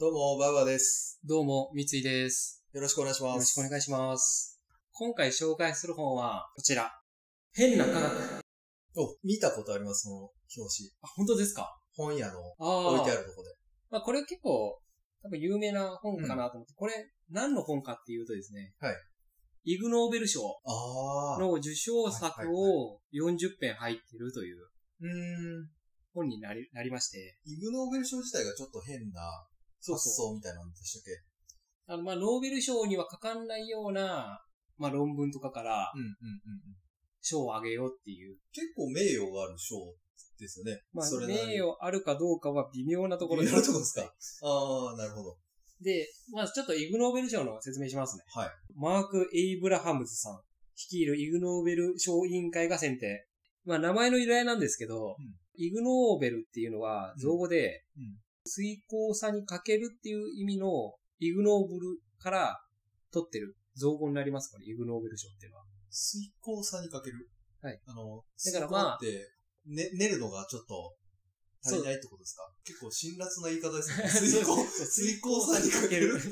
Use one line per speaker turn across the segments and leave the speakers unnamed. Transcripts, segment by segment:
どうも、バウアーです。
どうも、三井です。
よろしくお願いします。
よろしくお願いし
ま
ます。今回紹介する本は、こちら。変な科学。
す。お、見たことあります、その表紙。
あ、本当ですか
本屋の
ああ。
置いてあるとこで。
まあ、これ結構、多分有名な本かなと思って、これ、何の本かっていうとですね。
はい。
イグノーベル賞
ああ。
の受賞作を40編入ってるという
うーん。
本になり、なりまして。
イグノーベル賞自体がちょっと変な
そう
発想みたいなんでしたっけ
あの、まあ、ノーベル賞にはかかんないような、まあ、論文とかから
うんうんうん。
賞をあげようっていう。
結構名誉がある賞ですよね。
まあ
そ、れなりに
名誉あるかどうかは微妙なところ
微妙なとこですかああ、なるほど。
で、まあちょっとイグノーベル賞の説明しますね。
はい。
マーク・エイブラハムズさん率いるイグノーベル賞委員会が選定。まあ名前の由来なんですけど、
うん
イグノーベルっていうのは造語で、
うんうん
水耕さにかけるっていう意味のイグノーブルから取ってる造語になりますから、イグノーベル賞っていうのは。
水耕さにかける。
はい。
あの、
だからまあ
水耕って、ね、練るのがちょっと、足りないってことですか結構辛辣な言い方ですね。水 耕、水耕さにかけるって、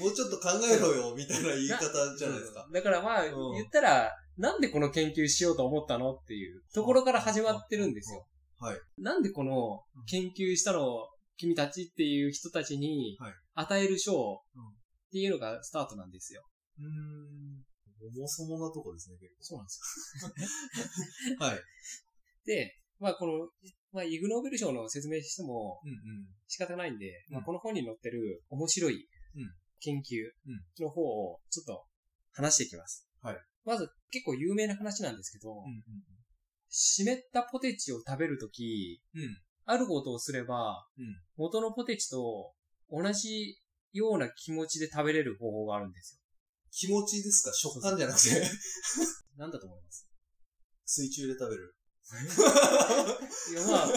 もうちょっと考えろよ、みたいな言い方じゃないですか。
だからまあ、
うん
言ったら、なんでこの研究しようと思ったのっていうところから始まってるんですよ。
はい。
なんでこの研究したのを君たちっていう人たちに
はい
与える賞
うん
っていうのがスタートなんですよ。
うーん。重そもなとこですね、結
そうなんです
構。はい。
よ。で、まあこの、まあイグノーベル賞の説明しても
うん
仕方ないんで、
うん
まあこの本に載ってる面白い
うん
研究の方をちょっと話していきます。
はい。
まず結構有名な話なんですけど、
うん。うん
湿ったポテチを食べるとき、
うん
あることをすれば、
うん
元のポテチと同じような気持ちで食べれる方法があるんです
気持ちですか食感じゃなく て、
よ。なんだと思います
水中で食べる。
いや、 まあ、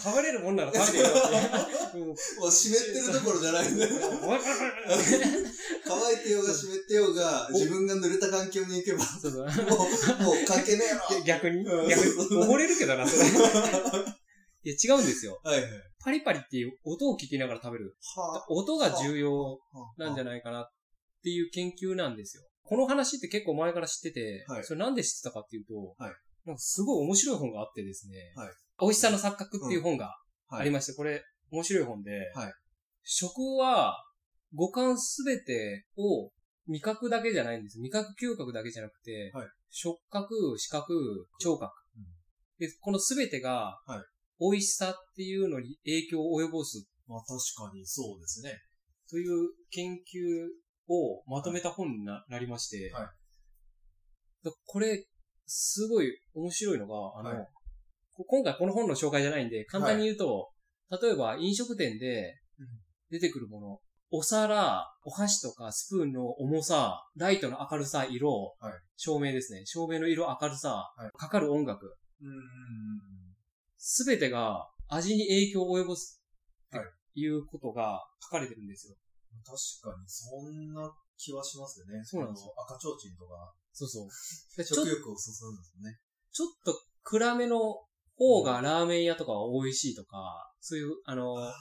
食べれるもんなら食べてよって。もう
もう湿ってるところじゃないんだよ。乾いてようが湿ってようが、
お
自分が濡れた環境に行け ば、
そうそう
もう、もう関係ねえろ
逆に
うん
逆に溺れるけ どな、それ。いや、違うんですよ。
はいはい。
パリパリっていう音を聞きながら食べる。
は
音が重要
あ
なんじゃ
ない
ないかなっていう研究なんですよ。この話って結構前から知ってて、
はい
それなんで知ってたかっていうと、
はい
なんかすごい面白い本があってですね、
はい
美味しさの錯覚っていう本が
うんはい
ありまして、これ面白い本で、
はい
食は五感すべてを味覚だけじゃないんです。味覚嗅覚だけじゃなくて、
はい
触覚、視覚、聴覚。
うん
でこのすべてが
はい、
美味しさっていうのに影響を及ぼす
まあ確かにそうですね。
という研究をまとめた本にな,、なりまして、
はい
だこれ、すごい面白いのが、あの、
は
こ今回この本の紹介じゃないんで、簡単に言うと、例えば飲食店で
うん
出てくるもの、お皿、お箸とかスプーンの重さ、ライトの明るさ、色、
はい
照明ですね。照明の色、明るさ、かかる音楽、
うん。
すべてが味に影響を及ぼすっ
は
ていうことが書かれてるんですよ。
確かにそんな気はしますよね。
そうなんですよ
あの赤ちょうちんとか、
そ うそう。でちょっ
食
と
欲をそそるんですよね。
ちょっと暗めの方がラーメン屋とかは美味しいとか、そういう、あの、
あ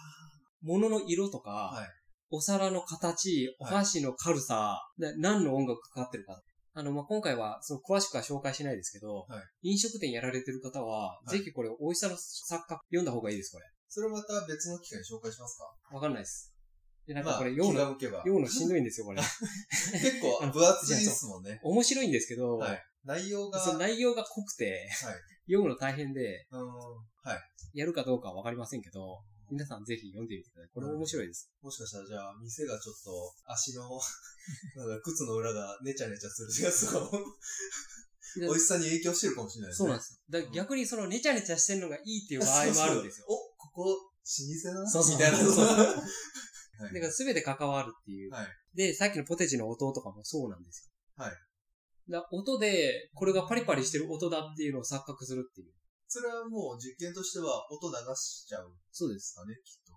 物の色とか、
はい
お皿の形、お箸の軽さ、で何の音楽かかってるか。あの、まあ、今回は、その詳しくは紹介しないですけど、
は
飲食店やられてる方は、
い
ぜひこれ、美味しさの作家読んだ方がいいです、これ。
それまた別の機会に紹介しますか
わかんないです。で、なんかこれ、
まあ
読
気
む
が
の、
向けば。
読むのしんどいんですよ、これ。
結構分厚いですもんね。
面白いんですけど、
はい。内容が、
その
はい。
内容が濃くて、読むの大変で、
うん。はい。
やるかどうかはわかりませんけど、皆さんぜひ読んでみてください。これ面白いです。
もしかしたらじゃあ、店がちょっと、足の、 なんか靴の裏がネチャネチャするやつが、美味しさに影響してるかもしれないです
そう
ね。
なんです。だから逆にそのネチャネチャしてるのがいいっていう場合もあるんですよ。
そうそうお、ここ、老舗だな
そうそう
みたいな。
そう
はい
だから全て関わるっていう。
はい
で、さっきのポテチの音とかもそうなんですよ。
はい
だから音で、これがパリパリしてる音だっていうのを錯覚するっていう。
それはもう実験としては音流しちゃうんで
そうです。
すかね、きっと。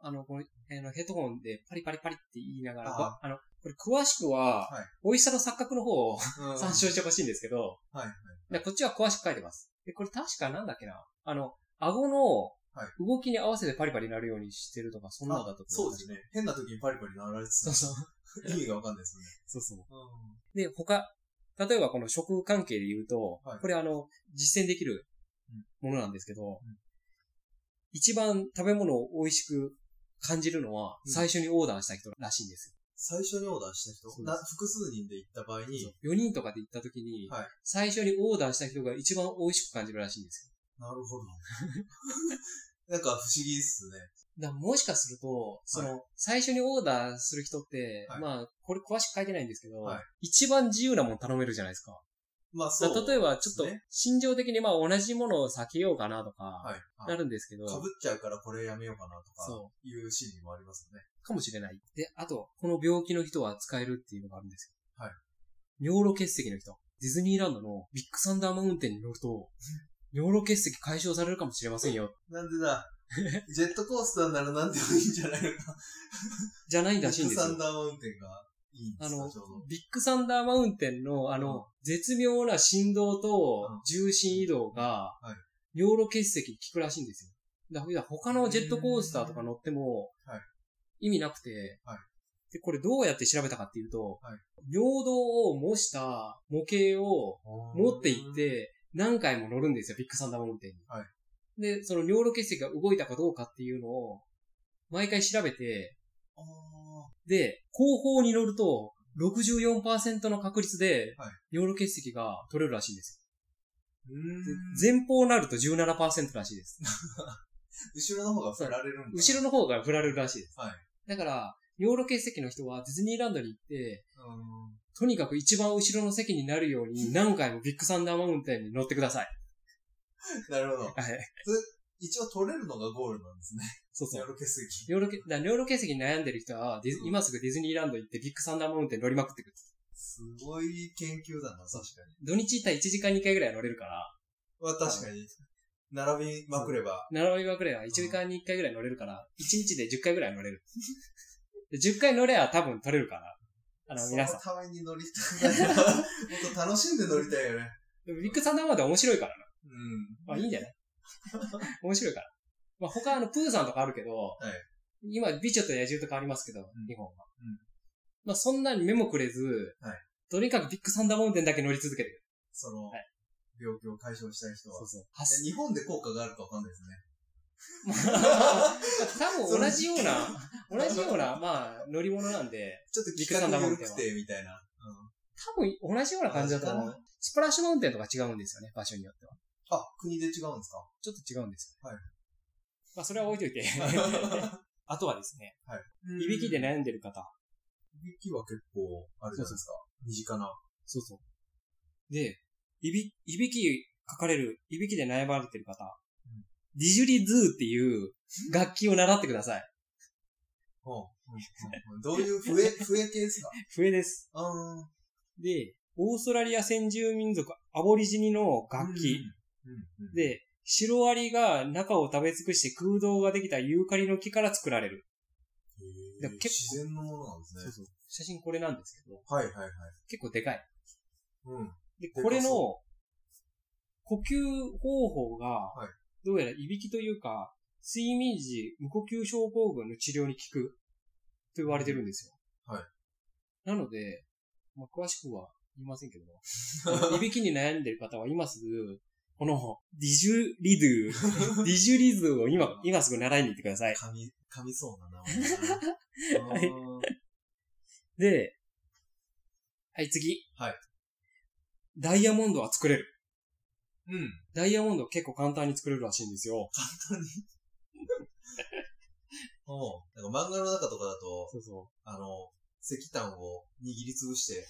あの、この、えーのヘッドホンでパリパリパリって言いながら、
あー
ばあの、これ詳しくは
はい、
美味しさの錯覚の方を
うん
参照してほしいんですけど、
はいはい
でこっちは詳しく書いてます。で、これ確かなんだっけな。あの、顎の
はい
動きに合わせてパリパリになるようにしてるとか、そんなのだと
そうで
ね。
すね。変な時にパリパリなられてた
そう。そう。
意味がわかんないですね。
そうそう。で、他、例えばこの食関係で言うと、
はい
これあの、実践できるものなんですけど、
うん
一番食べ物を美味しく感じるのは、
うん
最初にオーダーした人らしいんです
最初にオーダーした
そ
人
う
な
です
複数人で行った場合に
よ。、4人とかで行った時に、
はい
最初にオーダーした人が一番美味しく感じるらしいんです
なるほど。 なんか不思議っすね。
よ。だからもしかすると、その、最初にオーダーする人って、
はい
まあ、これ詳しく書いてないんですけど、
はい
一番自由なもん頼めるじゃないですか。
まあ
だ
そう
から。例えば、ちょっと
ね、
心情的にまあ同じものを避けようかなとか、
はい。
なるんですけど、
かぶっちゃうからこれやめようかなとか、
そう。
いう心理もありますよね。
かもしれない。で、あと、この病気の人は使えるっていうのがあるんですよ。
はい。
尿路結石の人。ディズニーランドのビッグサンダーマウンテンに乗ると、尿路結石解消されるかもしれませんよ。
なんでだ。 ジェットコースターならなんでもいいんじゃないのか。
じゃない
ビ
らしい
ッ
ん
グ
ですよ
サン。ダーマウンテンがいいんで
あ
すか、
の
ちょうど。、
ビッグサンダーマウンテンの、あ
うん
の、絶妙な振動と
うん
重心移動が
は、
尿路結石に効くらしいんですよ。だから他のジェットコースターとか乗っても
は、
意味なくて
はい、
で、これどうやって調べたかっていうと
はい、
尿道を模した模型を持って行っ。て、何回も乗るんですよ、ビッグサンダーマウンテンに。
は
で、その尿路結石が動いたかどうかっていうのを、毎回調べて、
あ
で、後方に乗ると、64%の確率で
はい、
尿路結石が取れるらしいんです
ーうーん
よ。前方になると17%らしいです。
後ろの方が振られるんだ。
後ろの方が振られるらしいです。
はい
だから、尿路結石の人はディズニーランドに行って、
うーん
とにかく一番後ろの席になるように何回もビッグサンダーマウンテンに乗ってください。
なるほど。
はい。
一応取れるのがゴールなんですね。
そうそう。
ロケ石。
尿路けだから尿路結石に悩んでる人は、ディズ
うん
今すぐディズニーランド行ってビッグサンダーマウンテン乗りまくってくる。
すごい研究だな、確かに。
土日行ったら1時間2回ぐらい乗れるから、
まあ確かに。並びまくれば。
並びまくれば1時間に1回ぐらい乗れるから、1日で10回ぐらい乗れる。 で10回乗れば多分取れるから。あの、皆さん。
そのために乗りたいな。も っと楽しんで乗りたいよね。
でもビッグサンダーマウンテン面白いからな。
うん。
まあいいんじゃない面白いから。まあ他あの、プーさんとかあるけど、
い
今、美女と野獣とかありますけど、
ん
日本は。
うん
まあそんなに目もくれず、
はい
とにかくビッグサンダーマウンテンだけ乗り続けてる。
その
は、
病気を解消したい人は。
そう
で
そう。発
日本で効果があるかわかんないですね。
多分同じような、同じよ うな、まあ、乗り物なんで、
ちょっと企画緩くて、みたいな。
多分同じような感じだと思
同じ
う。スプラッシュマウンテンとか違うんですよね、場所によっては。
あ、国で違うんです か
ちょっと違うんですよ、
はい
まあ、それは置いといて。 あとはですね、いびきで。悩んでる方。
いびきは結構、あれじゃないですか。身近な。
そうそう。で、いび、いびき書かれる、いびきで悩まれてる方。
うん
ディジュリズーっていう楽器を習ってください。
うんうんうんどういう笛、笛系ですか
笛です。
うん。
で、オーストラリア先住民族アボリジニの楽器。
うん。うんうん、
で、シロアリが中を食べ尽くして空洞ができたユーカリの木から作られる。
へー
でも結構
自然のものなんですね。
そうそう。写真これなんですけど、
はいはいはい。
結構でかい。
うん。
で、
かそう
これの、呼吸方法が
はい、
どうやらいびきというか、睡眠時無呼吸症候群の治療に効くと言われてるんですよ。
はい。
なので、まあ、詳しくは言いませんけども、 あのいびきに悩んでる方は今すぐ、この、ディジュリド ゥ、ディジュリズを今、今すぐ習いに行ってください。
噛み、噛みそうな 名前だな。うん
で、はい、次。
はい。
ダイヤモンドは作れる。
うん。
ダイヤモンドは結構簡単に作れるらしいんですよ。
おうなんか漫画の中とかだと、
そうそ
あの、石炭を握りつぶ して、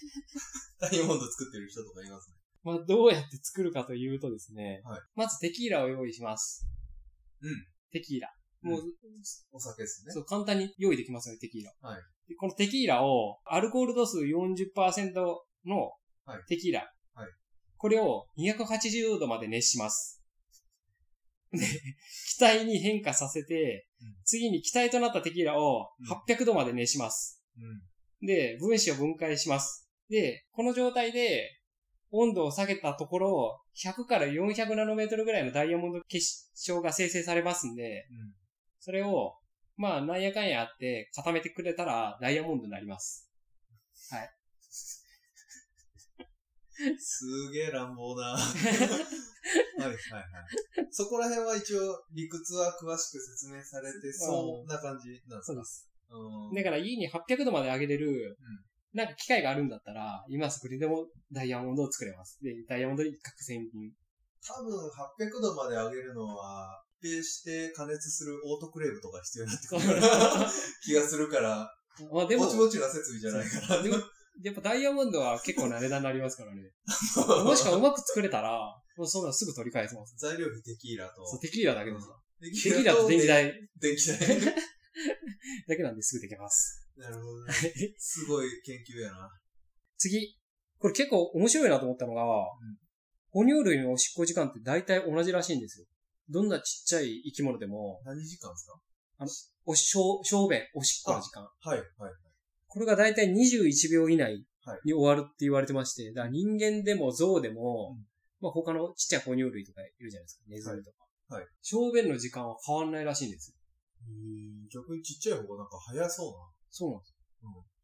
ダイヤモンド作ってる人とかいますね。
う。まあ、どうやって作るかというとですね。
はい
まずテキーラを用意します。
うん。
テキーラ。もう、
お酒ですね。
そう、簡単に用意できますよね、テキーラ。
はい
でこのテキーラを、アルコール度数40%の
はい
テキーラ。
はい
これを280度まで熱します。で、気体に変化させて、
うん
次に気体となったテキーラを800度まで熱します。
うん。
で、分子を分解します。で、この状態で、温度を下げたところ、100から400ナノメートルぐらいのダイヤモンド結晶が生成されますんで、
うん。
それを、まあ、なんやかんやあって固めてくれたらダイヤモンドになります。
すげえ乱暴 な。はいはいはい。そこら辺は一応理屈は詳しく説明されてそうな感じなんです
そう
か
です。
うん
だから家に800度まで上げれる
ん、
なんか機械があるんだったら、今すぐにでもダイヤモンドを作れます。で、ダイヤモンド一攫千金。
多分800度まで上げるのは、一平して加熱するオートクレーブとか必要になってくる気がするから、
まあでも
もち、もちな設備じゃないから。
でも、やっぱダイヤモンドは結構な値段になりますからね。もしかうまく作れたら、もうそんなのすぐ取り返せます。
材料費テキーラと。
そう、テキーラだけです。
テ
テキーラと電気。代
電気代。
だけなんですぐできます。
なるほどね。すごい研究やな。
次。これ結構面白いなと思ったのが、哺乳類のおしっこ時間って大体同じらしいんですよ。どんなちっちゃい生き物でも、
何時間ですか
おし、小小便、おしっこの時間。
はい、はい。
これが大体21秒以内
はい
に終わるって言われてまして、だから人間でも象でも、
うん
まあ他のちっちゃい哺乳類とかいるじゃないですか、ネズミとか。
はいはい
小便の時間は変わんないらしいんですよ。
うん逆にちっちゃい方がなんか早そうな
そうなんです。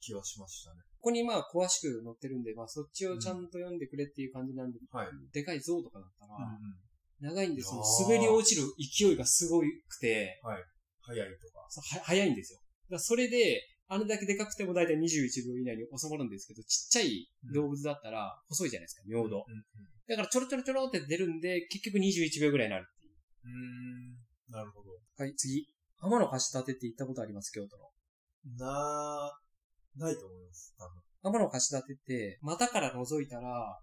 気はしましたね。
ここにまあ詳しく載ってるんで、まあそっちをちゃんと読んでくれっていう感じなんで、
はい。
でかい象とかだったら、
うん
長いんですよ
あ。ー
滑り落ちる勢いがすごくて、
早いとか。
そうは早いんですよ。だからそれで、あれだけでかくても大体21秒以内に収まるんですけど、ちっちゃい動物だったら細いじゃないですか、尿道。
うんうん
だからちょろちょろちょろって出るんで、結局21秒ぐらいになるっていう
ーん、なるほど。
う。はい、次。天の橋立てって行ったことあります、京都の。
なー、ないと思います、多分。
天の橋立てって、股から覗いたら、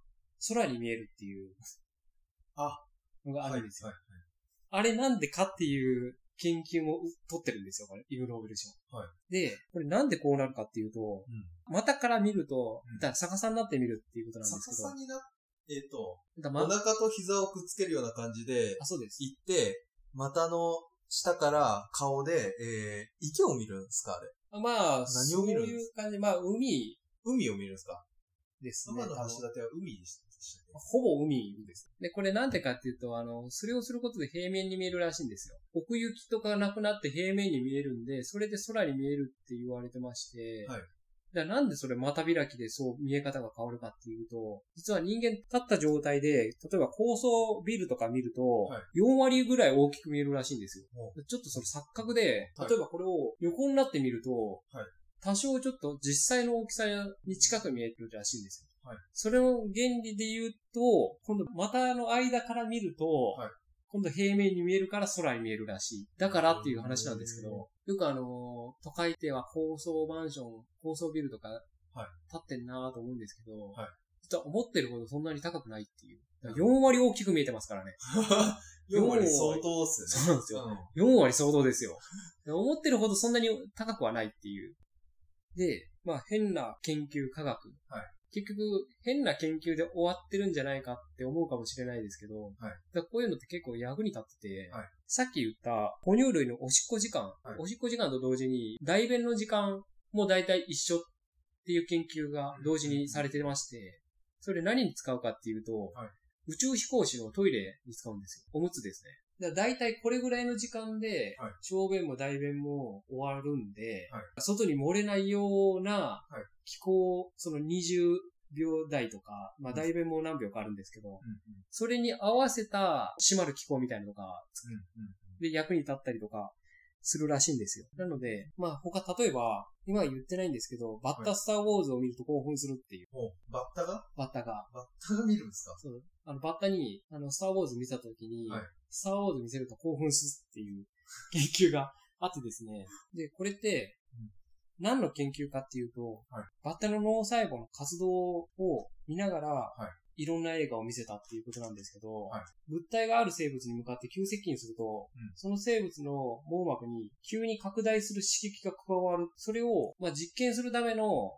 空に見えるっていう。
あ。
のがあ
は
る
い、
ん
は
ですよ。あれなんでかっていう研究も取ってるんですよ、これ。イグノーベル賞。
はい
で、これなんでこうなるかっていうと、
い。うん。
股から見ると
うん、
だから逆さになって見るっていうことなんで
逆
すけど
さ、になっえっ、と、
だから
お
ま
腹と膝をくっつけるような感じで
あ、、そうです。
行って、股の下から顔で、えー、池を見るんですかあれ。
あまあ、
何
そ
を
う
見るん
い
で
う
す
感じ、まあ、海
海を見るんですか
ですね。
天の橋
多分
立ては海でしたっけ
ほぼ海です。で、これなんでかっていうと、あの、それをすることで平面に見えるらしいんですよ。奥行きとかなくなって平面に見えるんで、それで空に見えるって言われてまして、
はい
だからなんでそれ股開きでそう見え方が変わるかっていうと、実は人間立った状態で、例えば高層ビルとか見ると、
はい
4割ぐらい大きく見えるらしいんですよ
お。
ちょっとその錯覚で、
はい
例えばこれを横になってみると、
はい
多少ちょっと実際の大きさに近く見えるらしいんですよ。それの原理で言うと、今度股の間から見ると、
はい
今度平面に見えるから空に見えるらしい。だからっていう話なんですけど、よくあのー、都会では高層マンション、高層ビルとか、立ってんなと思うんですけど、
はい
実は思ってるほどそんなに高くないっていう。だから4割大きく見えてますからね。
4割相当っすよね。
そうなんですよ。
うん
4割相当ですよ。思ってるほどそんなに高くはないっていう。で、まあ変な研究科学。
はい
結局、変な研究で終わってるんじゃないかって思うかもしれないですけど、だからこういうのって結構役に立ってて、
はい
さっき言った哺乳類のおしっこ時間、
い
おしっこ時間と同時に、大便の時間も大体一緒っていう研究が同時にされてまして、それ何に使うかっていうと、
はい
宇宙飛行士のトイレに使うんですよ。おむつですね。だから大体これぐらいの時間で
はい、
小便も大便も終わるんで、
はい
外に漏れないような
はい
気候、その20秒台とか、まあ
うん
大便も何秒かあるんですけど、
うんうん
それに合わせた閉まる気候みたいなのが、
うんうん
で役に立ったりとかするらしいんですよ。なので、まあ他、例えば、今は言ってないんですけど、バッタスターウォーズを見ると興奮するっていう、
もう、バッタが
バッタが。
バッタが見るんですか
そう。あの、バッタに、あの、スターウォーズ見たときに、
はい
スターウォーズ見せると興奮するっていう 研究があってですね。で、これって
うん、
何の研究かっていうと、
はい
バッタの脳細胞の活動を見ながら、い、ろんな映画を見せたっていうことなんですけど、
はい
物体がある生物に向かって急接近すると、
うん
その生物の網膜に急に拡大する刺激が加わる。それを、まあ、実験するための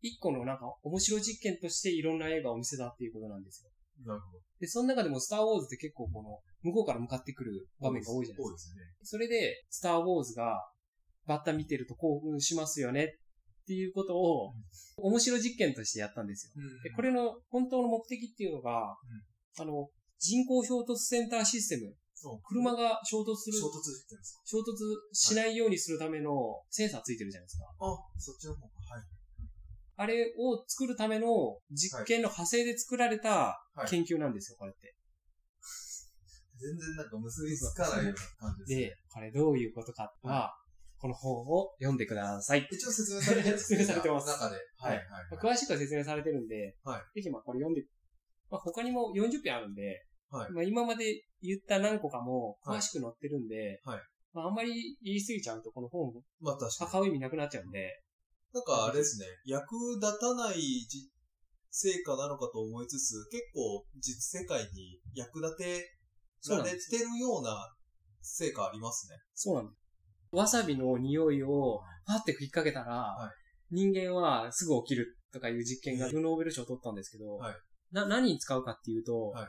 一個のなんか面白い実験としていろんな映画を見せたっていうことなんですよ。
なるほど。
で、その中でもスターウォーズって結構この向こうから向かってくる場面が多いじゃないですか。
ですね。
それで、スターウォーズがバッタ見てると興奮しますよねっていうことを、面白実験としてやったんですよ。でこれの本当の目的っていうのが、あの、人工衝突センターシステム。
そう
車が衝突する、
衝突してるんです
衝突しないようにするためのセンサーついてるじゃないですか。
かあ、そっちの方が。はい。
あれを作るための実験の派生で作られた
はい
研究なんですよ、これって。
全然なんか結びつかないような感じですね。
で、これどういうことかは、この本を読んでください。
一応説明されてるんですね
説明されてます
中で。はい、はい。
まあ詳しくは説明されてるんで、
は
ぜひまあこれ読んで、まあ、他にも40編あるんで、
はい
まあ今まで言った何個かも
はい
詳しく載ってるんで、
はい
まああんまり言い過ぎちゃうとこの本
まあ確かに。
買う意味なくなっちゃうんで、
なんかあれですね、役立たないじ成果なのかと思いつつ、結構実世界に役立て
そう
ら
なん
れて
で
るような成果ありますね。
そうなんです。わさびの匂いをパって吹っかけたら、
は
人間はすぐ起きるとかいう実験がノーベル賞を取ったんですけど、
はい
な何に使うかっていうと、
はい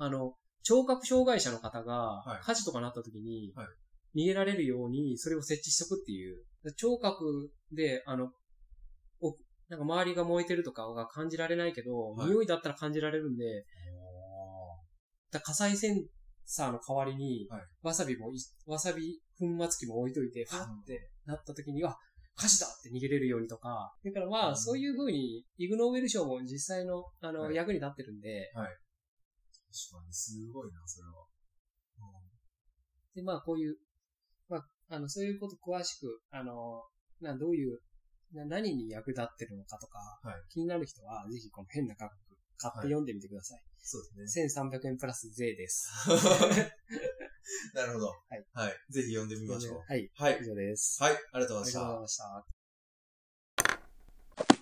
あの、聴覚障害者の方が
はい
火事とかなった時に、
はい
逃げられるようにそれを設置しとくっていう。聴覚で、あの、おなんか周りが燃えてるとかが感じられないけど、
はい
匂いだったら感じられるんで、だ火災センサーの代わりに、
はい
わさびもい、わさび粉末機も置いといて、ファ
うん
ってなった時に、あ、火事だって逃げれるようにとか、だからま
う
あ、
ん
そういう風に、イグノーベル賞も実際の、あの、
はい
役に立ってるんで、
確かに、すごいな、それは。
で、まあ、こういう、まあ、あの、そういうこと詳しく、あの、な、どういう、な何に役立ってるのかとか、
はい
気になる人は、ぜひこの変な価格、買って読んでみてください。
そう ですね。
1300円プラス税です。
なるほど。
い
はい。ぜひ読んでみましょう。
はい。
はい。
以上です。
はい、ありがとうございま
あり
し
がとう
た
ござい。ました。